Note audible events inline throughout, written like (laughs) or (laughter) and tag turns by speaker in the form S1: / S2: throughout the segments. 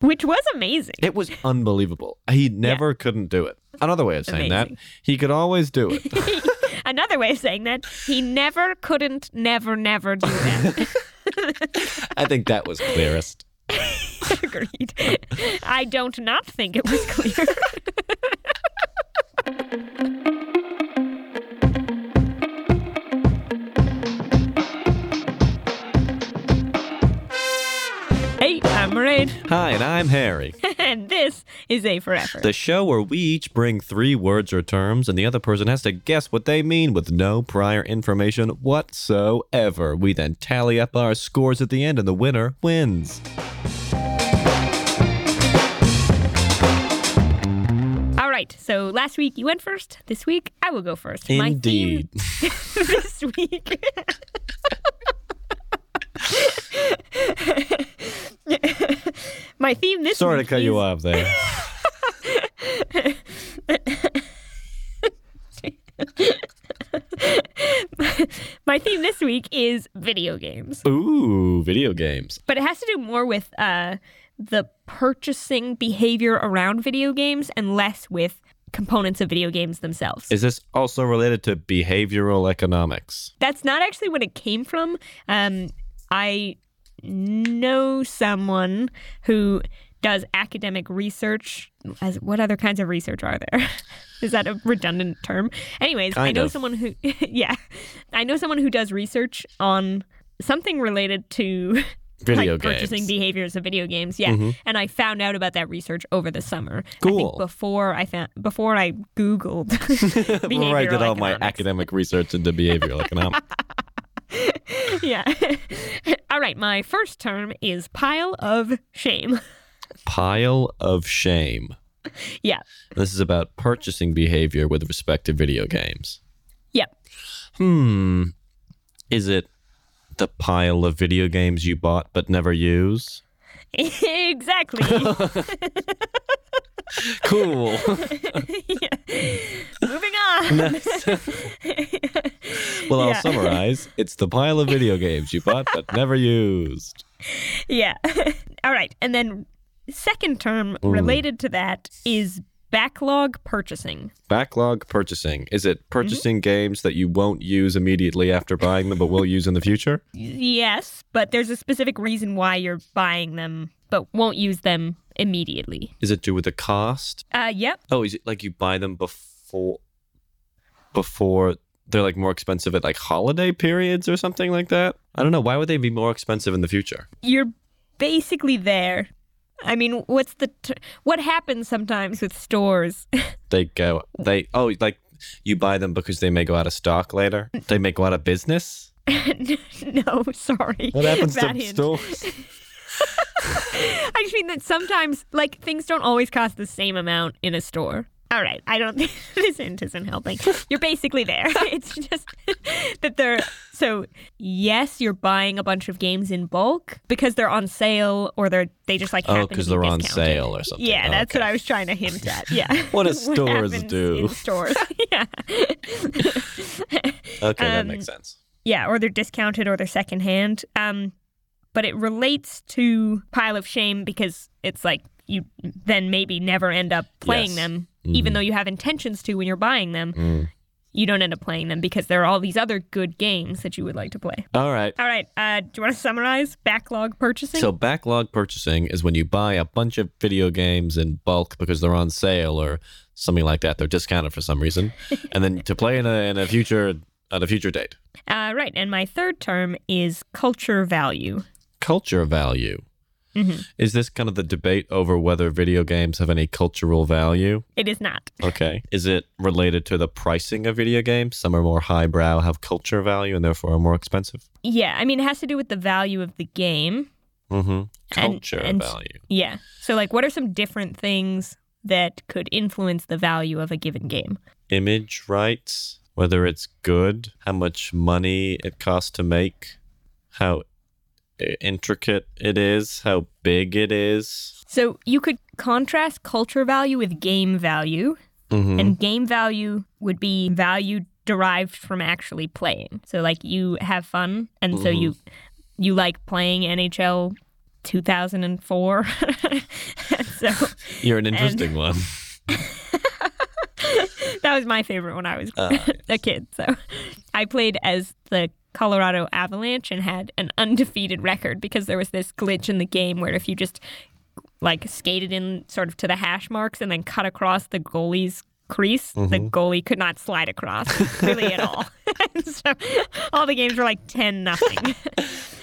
S1: which was amazing.
S2: It was unbelievable. He never couldn't do it. Another way of saying
S1: Amazing.
S2: that, he could always do
S1: (laughs)
S2: it.
S1: Another way of saying that, he never couldn't, never, never do
S2: (laughs)
S1: that.
S2: I think that was clearest.
S1: Agreed. I don't not think it was clear. (laughs) hey, I'm Maraid,
S2: Hi, and I'm Harry.
S1: (laughs) and this is A Forever.
S2: The show where we each bring three words or terms, and the other person has to guess what they mean with no prior information whatsoever. We then tally up our scores at the end, and the winner wins.
S1: All right, so last week you went first. This week I will go first. My theme
S2: Indeed.
S1: (laughs) this week. (laughs) My theme this
S2: Sorry
S1: week
S2: to cut you
S1: is-
S2: off there.
S1: My theme this week is video games,
S2: Ooh, video games.
S1: but it has to do more with uh, the purchasing behavior around video games and less with components of video games themselves.
S2: Is this also related to behavioral economics?
S1: That's not actually what it came from. Um, I know someone who does academic research. As what other kinds of research are there? (laughs) Is that a redundant term? Anyways, I
S2: Kind
S1: know
S2: of.
S1: someone who, (laughs) yeah, I know someone who does research on something related to (laughs)
S2: Video
S1: like purchasing
S2: games. Mm-hmm.
S1: behaviors of video games. Yeah, and I found out about that research over the summer. I
S2: Cool.
S1: think before I found before I Googled (laughs) behavioral
S2: (laughs) Before I did all my
S1: economics.
S2: academic research
S1: (laughs)
S2: into behavioral economics.
S1: Yeah. (laughs) All right. My first term is pile of shame. (laughs)
S2: Pile of shame.
S1: Yeah.
S2: This is about purchasing behavior with respect to video games.
S1: Yep. (laughs)
S2: Hmm. Is it the pile of video games you bought but never use?
S1: exactly. (laughs)
S2: Cool.
S1: Yeah. Moving on.
S2: well, I'll
S1: Yeah.
S2: summarize. It's the pile of video games you bought but never used.
S1: (laughs) Yeah. (laughs) All right. And then, second term related to that is backlog purchasing.
S2: Backlog purchasing. Is it
S1: Mm-hmm.
S2: purchasing games that you won't use immediately after buying them but will use in the future?
S1: Yes, but there's a specific reason why you're buying them, but won't use them immediately.
S2: Is it due with the cost?
S1: Uh, yep.
S2: Oh, is it like you buy them before before they're like more expensive at like holiday periods or something like that? I don't know. Why would they be more expensive in the future?
S1: you're basically there. I mean, what's the t- what happens sometimes with stores?
S2: They go they oh like you buy them because they may go out of stock later. They may go out of business.
S1: (laughs) no, sorry.
S2: What happens
S1: Bad
S2: to
S1: hint. (laughs)
S2: stores?
S1: I just mean that sometimes like things don't always cost the same amount in a store. All right, I don't think (laughs) this hint isn't helping.
S2: (laughs)
S1: You're basically there. (laughs) It's just that they're so yes, you're buying a bunch of games in bulk because they're on sale or they're they just like happen
S2: Oh,
S1: to
S2: because
S1: be
S2: they're on
S1: discounted.
S2: sale or something.
S1: Yeah,
S2: Oh,
S1: that's
S2: okay.
S1: what I was trying to hint
S2: (laughs)
S1: at. Yeah. (laughs)
S2: What do stores
S1: happens
S2: do?
S1: in stores. (laughs)
S2: (laughs)
S1: yeah.
S2: Okay, that
S1: um,
S2: makes sense.
S1: Yeah, or they're discounted or they're secondhand. Um, but it relates to pile of shame because it's like you then maybe never end up playing
S2: Yes. Mm-hmm.
S1: them, even though you have intentions to when you're buying them.
S2: Hmm.
S1: You don't end up playing them because there are all these other good games that you would like to play.
S2: All right.
S1: All right, uh, do you want to summarize backlog purchasing?
S2: So backlog purchasing is when you buy a bunch of video games in bulk because they're on sale or something like that. They're discounted for some
S1: (laughs)
S2: reason, and then to play in a, in a future at a future date.
S1: uh, right, and my third term is culture value.
S2: Culture value
S1: Mhm.
S2: is this kind of the debate over whether video games have any
S1: (laughs)
S2: cultural value?
S1: It is not.
S2: Okay, is it related to the pricing of video games? Some are more highbrow, have culture value, and therefore are more expensive.
S1: Yeah, I mean, it has to do with the value of the game.
S2: Mm-hmm. Culture
S1: and-
S2: value.
S1: Yeah. So, like, what are some different things that could influence the value of a given game?
S2: image rights, whether it's good, how much money it costs to make, how i- intricate it is, how big it is.
S1: So, you could contrast culture value with game value,
S2: Mhm.
S1: and game value would be value derived from actually playing. So, like, you have fun, and so you you like playing NHL 2004. (laughs) so
S2: You're an interesting one. (laughs)
S1: (laughs) that was my favorite when I was (laughs) a kid. So I played as the Colorado Avalanche and had an undefeated record because there was this glitch in the game where if you just like skated in sort of to the hash marks and then cut across the goalie's crease, the goalie could not slide across really at all. (laughs) and so all the games were like 10 nothing.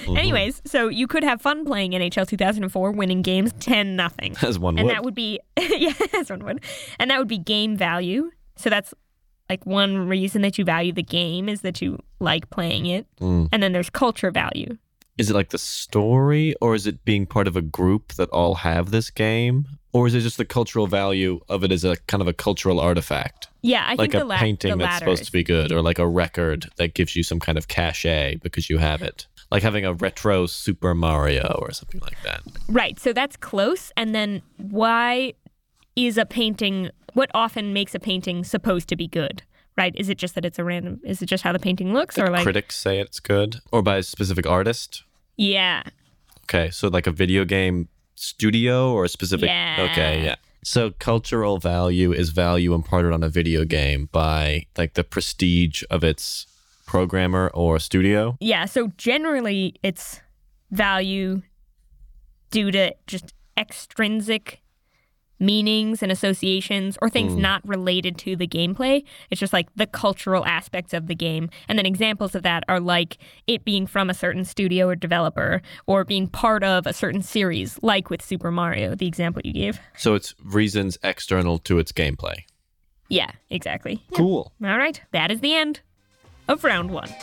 S1: (laughs) Anyways, so you could have fun playing NHL 2004, winning games 10 nothing.
S2: As one
S1: And
S2: would.
S1: that would be (laughs) yeah, as one would. And that would be game value. So that's like one reason that you value the game is that you like playing it.
S2: Mm.
S1: And then there's culture value.
S2: Is it like the story, or is it being part of a group that all have this game, or is it just the cultural value of it as a kind of a cultural artifact,
S1: Yeah, I
S2: like
S1: think
S2: a
S1: the, la-
S2: painting
S1: the
S2: that's
S1: latter
S2: supposed
S1: is-
S2: to be good, or like a record that gives you some kind of cachet because you have it, like having a retro Super Mario or something like that.
S1: Right. So that's close. And then why is a painting what often makes a painting supposed to be good? Right? Is it just that it's a random is it just how the painting looks or like
S2: Critics say it's good, or by a specific artist.
S1: Yeah.
S2: Okay, so like a video game studio or a specific.
S1: Yeah.
S2: Okay, yeah. So cultural value is value imparted on a video game by like the prestige of its programmer or studio.
S1: Yeah, so generally it's value due to just extrinsic meanings and associations or things not related to the gameplay. It's just like the cultural aspects of the game. And then examples of that are like it being from a certain studio or developer or being part of a certain series, like with Super Mario, the example you gave.
S2: So it's reasons external to its gameplay.
S1: Yeah, exactly.
S2: Cool.
S1: All right, that is the end of round one.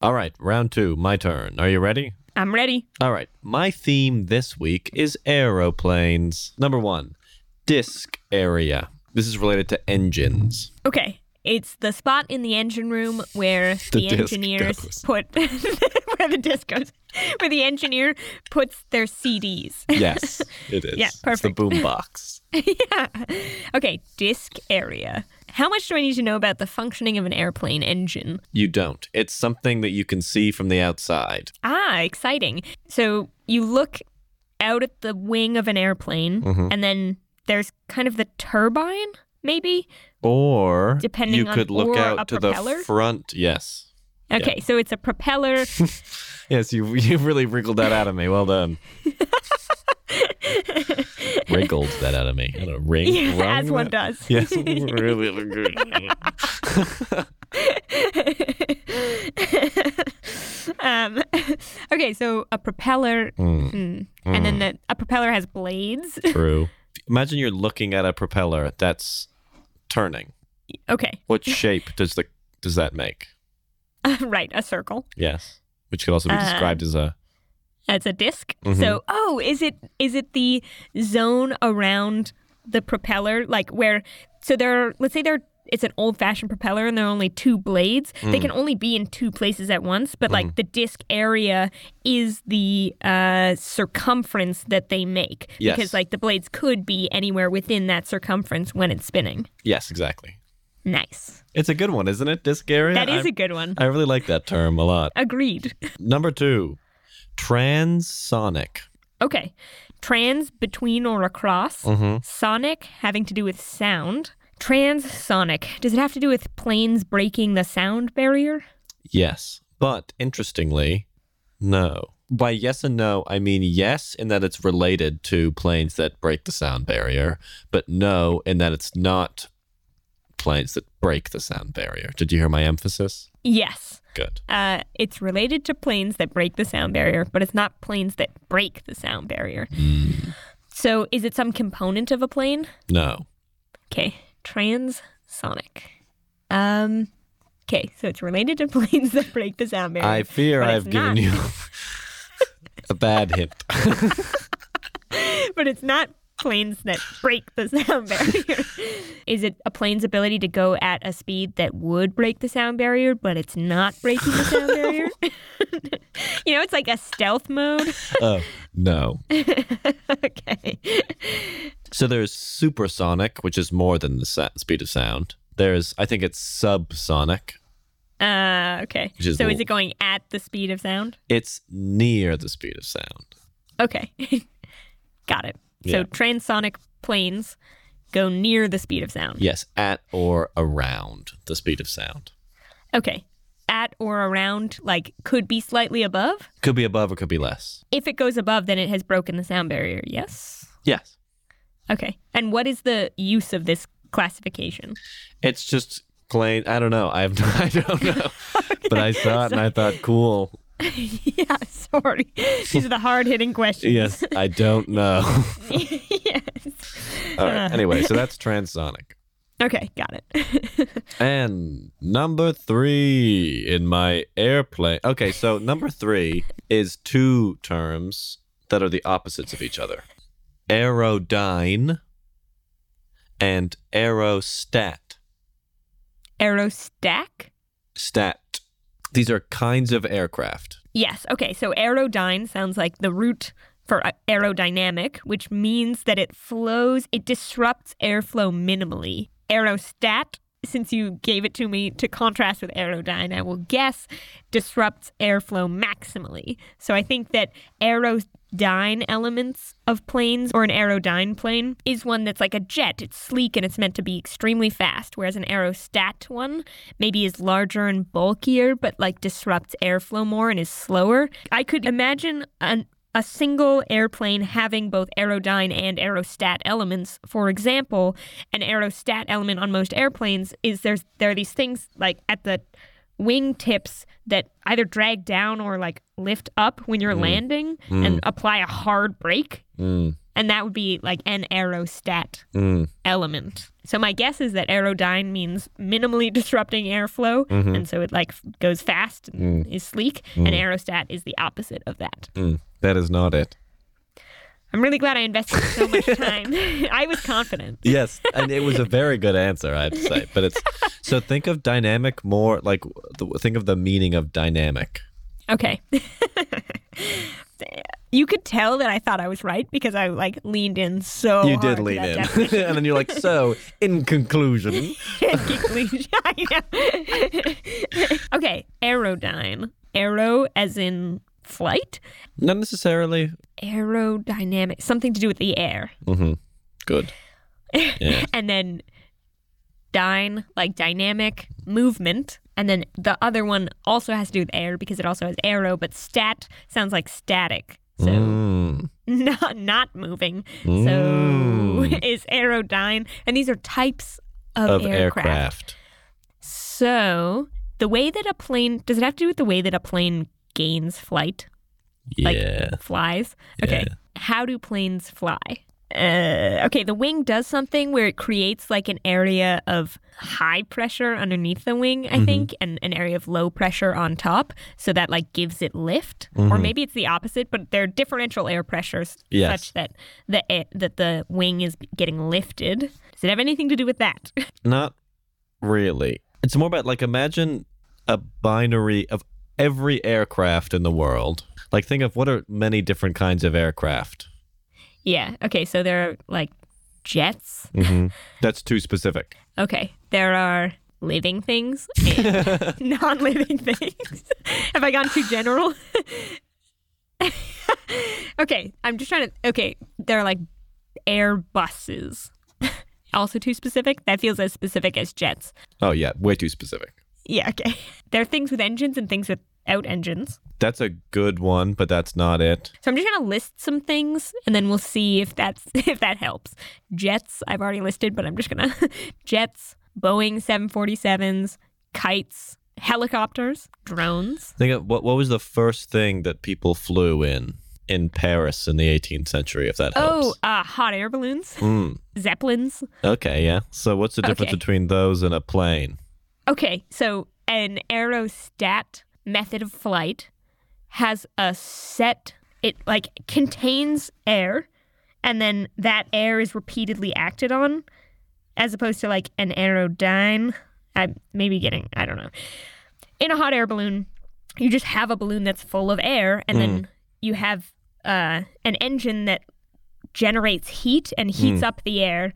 S2: All right, round two, my turn. Are you ready?
S1: I'm ready.
S2: All right, my theme this week is aeroplanes. Number one, disk area. This is related
S1: (laughs)
S2: to engines.
S1: Okay. It's the spot in the engine room where
S2: (laughs) The
S1: the,
S2: disc
S1: engineers
S2: goes.
S1: put (laughs) where the disc goes, where the engineer puts their (laughs) CDs.
S2: Yes, it is.
S1: Yeah,
S2: It's the
S1: perfect.
S2: boom box.
S1: Okay, disc area. How much do I need to know about the functioning of an airplane engine?
S2: You don't. It's something that you can see from the outside.
S1: Ah, exciting. So you look out at the wing of an airplane,
S2: Mm-hmm.
S1: and then there's kind of the turbine, maybe?
S2: Or
S1: Depending
S2: you
S1: on-
S2: could look
S1: or
S2: out
S1: a
S2: to the
S1: propeller?
S2: front. Yes.
S1: Okay, so it's a propeller. (laughs)
S2: Yes, you (laughs) you really wriggled that out of me. Well done.
S1: (laughs)
S2: wriggled that out of me. I don't know, ring, wrung
S1: as one
S2: (laughs) that?
S1: does.
S2: Yes, really good.
S1: (laughs) (laughs) Um, okay, so a propeller, Hmm. and then the, a propeller has blades. (laughs)
S2: True. Imagine you're looking at a propeller that's turning.
S1: okay, (laughs)
S2: What shape does the does that make?
S1: right, a circle.
S2: Yes, which could also be
S1: Uh,
S2: described as a
S1: That's a disk
S2: Mm-hmm.
S1: So, oh, is it is it the zone around the propeller, like where? So there, are, let's say there. It's an old-fashioned propeller, and there are only two blades.
S2: Mm.
S1: They can only be in two places at once. But
S2: Mm-hmm.
S1: like the disc area is the uh, circumference that they make,
S2: Yes.
S1: because like the blades could be anywhere within that circumference when it's spinning.
S2: yes, exactly.
S1: Nice.
S2: It's a good one, isn't it? Disc area.
S1: That is
S2: I-
S1: a good one.
S2: I really like that term a lot.
S1: Agreed.
S2: Number two, transonic.
S1: Okay. Trans between or across.
S2: Mm-hmm.
S1: Sonic having to do with sound. Transonic. Does it have to do with planes breaking the sound barrier?
S2: Yes. But interestingly, no. By yes and no, I mean yes in that it's related to planes that break the sound barrier, but no in that it's not planes that break the sound barrier. Did you hear my emphasis?
S1: Yes.
S2: Good.
S1: Uh, it's related to planes that break the sound barrier, but it's not planes that break the sound barrier. So is it some component of a plane?
S2: No.
S1: Okay. Transonic. Um. Okay, so it's related to (laughs) planes that break the sound barrier.
S2: I fear
S1: but it's
S2: I've given
S1: not. (laughs)
S2: you a bad hint.
S1: but it's not planes that break the sound barrier. (laughs) Is it a plane's ability to go at a speed that would break the sound barrier, but it's not breaking the sound (laughs) barrier? you know, it's like a stealth mode. (laughs)
S2: Oh, no.
S1: okay.
S2: So there's supersonic, which is more than the sa- speed of sound. There's, I think it's subsonic.
S1: Uh, okay.
S2: Which is
S1: so
S2: the-
S1: is it going at the speed of sound?
S2: It's near the speed of sound.
S1: Okay. (laughs) Got it. So
S2: Yeah.
S1: transonic planes go near the speed of sound.
S2: Yes, at or around the speed of sound.
S1: Okay. At or around, like, could be slightly above.
S2: Could be above or could be less.
S1: If it goes above, then it has broken the sound barrier. Yes.
S2: Yes.
S1: Okay. And what is the use of this classification?
S2: It's just plain. I don't know. I have. (laughs) I don't know. (laughs) But I saw it and I thought, cool.
S1: (laughs) yeah, sorry. These are the hard hitting questions.
S2: Yes, I don't know.
S1: (laughs) yes.
S2: All right. Anyway, so that's transonic.
S1: Okay, got it. (laughs)
S2: And number three in my airplane. Okay, so number three is two terms that are the opposites of each other aerodyne and aerostat.
S1: Aerostack?
S2: Stat. These are kinds of aircraft.
S1: Yes. Okay. So aerodyne sounds like the root for a- aerodynamic, which means that it flows, it disrupts airflow minimally. Aerostat, since you gave it to me to contrast with aerodyne, I will guess disrupts airflow maximally. So I think that aerodyne elements of planes or an aerodyne plane is one that's like a jet. It's sleek and it's meant to be extremely fast, whereas an aerostat one maybe is larger and bulkier, but like disrupts airflow more and is slower. I could imagine an a single airplane having both aerodyne and aerostat elements. For example, an aerostat element on most airplanes is there's there are these things like at the wingtips that either drag down or like lift up when you're landing and apply a hard brake.
S2: Mm,
S1: And that would be like an aerostat
S2: mm,
S1: element. So my guess is that aerodyne means minimally (laughs) disrupting airflow,
S2: Mm-hmm.
S1: and so it like f- goes fast and is sleek. And aerostat is the opposite of that.
S2: mm. That is not it.
S1: I'm really glad I invested so
S2: (laughs)
S1: much time. (laughs) I was confident.
S2: Yes, and it was a very good answer, I have to say. But it's so think of dynamic more like th- think of the meaning of dynamic.
S1: Okay. (laughs) you could tell that I thought I was right because I like leaned in so.
S2: you
S1: hard
S2: did
S1: to
S2: lean
S1: Oh, that
S2: in,
S1: definition.
S2: (laughs) and then you're like, so in conclusion,
S1: (laughs) I know. okay, aerodyne. Aero as in flight.
S2: not necessarily.
S1: Aerodynamic, something to do with the air.
S2: Mm-hmm. Good. Yeah.
S1: And then dyne, like dynamic movement. And then the other one also has to do with air because it also has aero, but stat sounds like static. So
S2: Mm.
S1: (laughs) not not moving. So (laughs)
S2: Mm.
S1: is aerodyne. And these are types of,
S2: Of
S1: aircraft.
S2: aircraft.
S1: So, the way that a plane does it have to do with the way that a plane gains flight, like
S2: Yeah.
S1: flies? Okay.
S2: Yeah.
S1: How do planes fly? Uh, okay, the wing does something where it creates like an area of high pressure underneath the wing,
S2: Mm-hmm.
S1: I think, and an area of low pressure on top. So that like gives it lift, or maybe it's the opposite. But there are differential air pressures
S2: Mm-hmm. Yes.
S1: such that the air, that the wing is getting lifted. Does it have anything to do with that?
S2: Not really. It's more about like imagine a binary of every aircraft in the world. Like think of what are many different kinds of aircraft.
S1: Yeah. Okay. So there are like jets.
S2: Mm-hmm. That's too specific.
S1: Okay. There are living things and (laughs) non living things. Have I gone too general? (laughs) okay. I'm just trying to. Okay. There are like Airbuses. (laughs) also too specific? That feels as specific as jets.
S2: Oh yeah, way too specific.
S1: Yeah. Okay. (laughs) There are things with engines and things without engines.
S2: That's a good one, but that's not it.
S1: So I'm just gonna list some things, and then we'll see if that's (laughs) if that helps. Jets, I've already listed, but I'm just gonna (laughs) jets, Boeing 747s, kites, helicopters, drones.
S2: Think of what what was the first thing that people flew in in Paris in the 18th century, if that
S1: Oh,
S2: helps.
S1: uh, hot air balloons,
S2: Mm,
S1: zeppelins.
S2: okay, yeah. So what's the difference
S1: Okay.
S2: between those and a plane?
S1: Okay, so an aerostat method of flight has a set it like contains air and then that air is repeatedly acted on as opposed to like an aerodyne I maybe getting I don't know. In a hot air balloon, you just have a balloon that's full of air and then you have uh, an engine that generates heat and heats up the air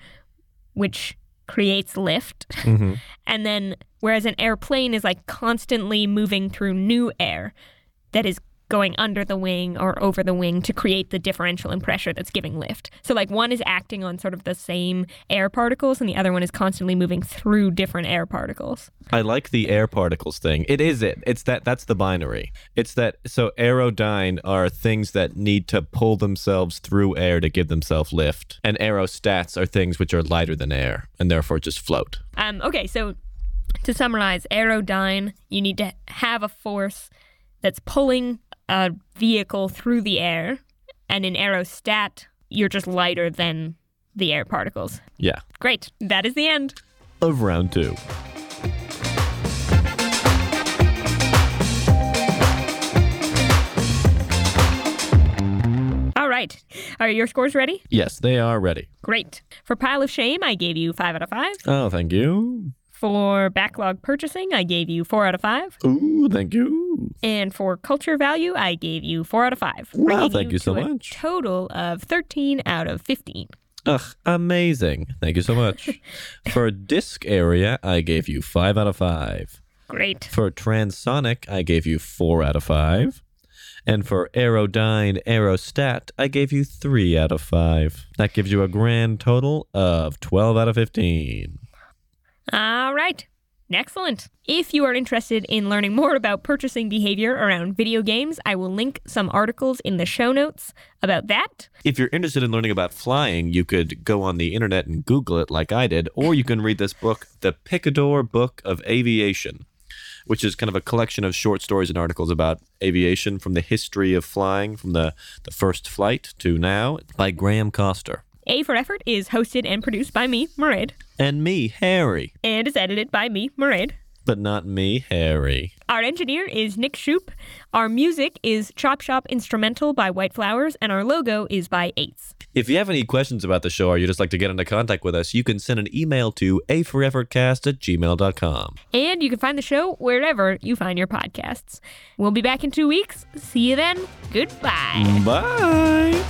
S1: which creates lift.
S2: Mm-hmm.
S1: And then, whereas an airplane is like constantly moving through new air that is going under the wing or over the wing to create the differential in pressure that's giving lift. So, like, one is acting on sort of the same air particles, and the other one is constantly moving through different air particles.
S2: I like the air particles thing. It is it. It's that that's the binary. It's that so aerodyne are things that need to pull themselves through air to give themselves lift. And aerostats are things which are lighter than air and therefore just float.
S1: Um, okay, so to summarize, aerodyne, you need to have a force that's pulling a vehicle through the air, and in aerostat, you're just lighter than the air particles.
S2: Yeah.
S1: Great. That is the end.
S2: Of round two.
S1: All right. Are your scores ready?
S2: Yes, they are ready.
S1: Great. For Pile of Shame, I gave you 5 out of 5.
S2: Oh, thank you.
S1: For Backlog Purchasing, I gave you 4 out of 5.
S2: Ooh, thank you.
S1: And for Culture Value, I gave you 4 out of 5.
S2: Wow,
S1: bringing
S2: thank you so
S1: to a
S2: much.
S1: Total of 13 out of 15.
S2: Ugh, amazing. Thank you so much. For disc area, I gave you five out of five.
S1: Great.
S2: For transonic, I gave you four out of five. And for aerodyne aerostat, I gave you three out of five. That gives you a grand total of 12 out of 15.
S1: All right. Excellent. If you are interested in learning more about purchasing behavior around video games, I will link some articles in the show notes about that.
S2: If you're interested in learning about flying, you could go on the internet and Google it like I did, or you can read this book, The Picador Book of Aviation, which is kind of a collection of short stories and articles about aviation from the history of flying, from the, the first flight to now, by Graham Coster.
S1: A for Effort is hosted and produced by me, Maraid,
S2: And me, Harry.
S1: and is edited by me, Maraid.
S2: But not me, Harry.
S1: Our engineer is Nick Shoup. Our music is Chop Shop Instrumental by White Flowers, and our logo is by Eights.
S2: If you have any questions about the show or you just like to get into contact with us, you can send an email to aforeffortcast at gmail.com.
S1: And you can find the show wherever you find your podcasts. We'll be back in two weeks. See you then.
S2: Mm.
S1: Goodbye.
S2: Bye.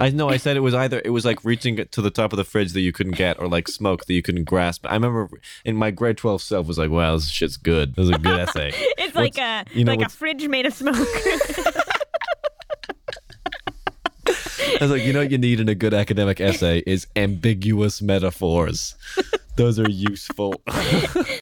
S2: I know I said it was either it was like reaching to the top of the fridge that you couldn't get or like smoke that you couldn't grasp. I remember in my grade 12 self was like, wow, this shit's good. This is a good essay.
S1: (laughs) It's like
S2: What's-
S1: a
S2: you know
S1: like a
S2: what's-
S1: fridge made of smoke. (laughs)
S2: I was like, you know what you need in a good academic essay is ambiguous metaphors. Those are useful.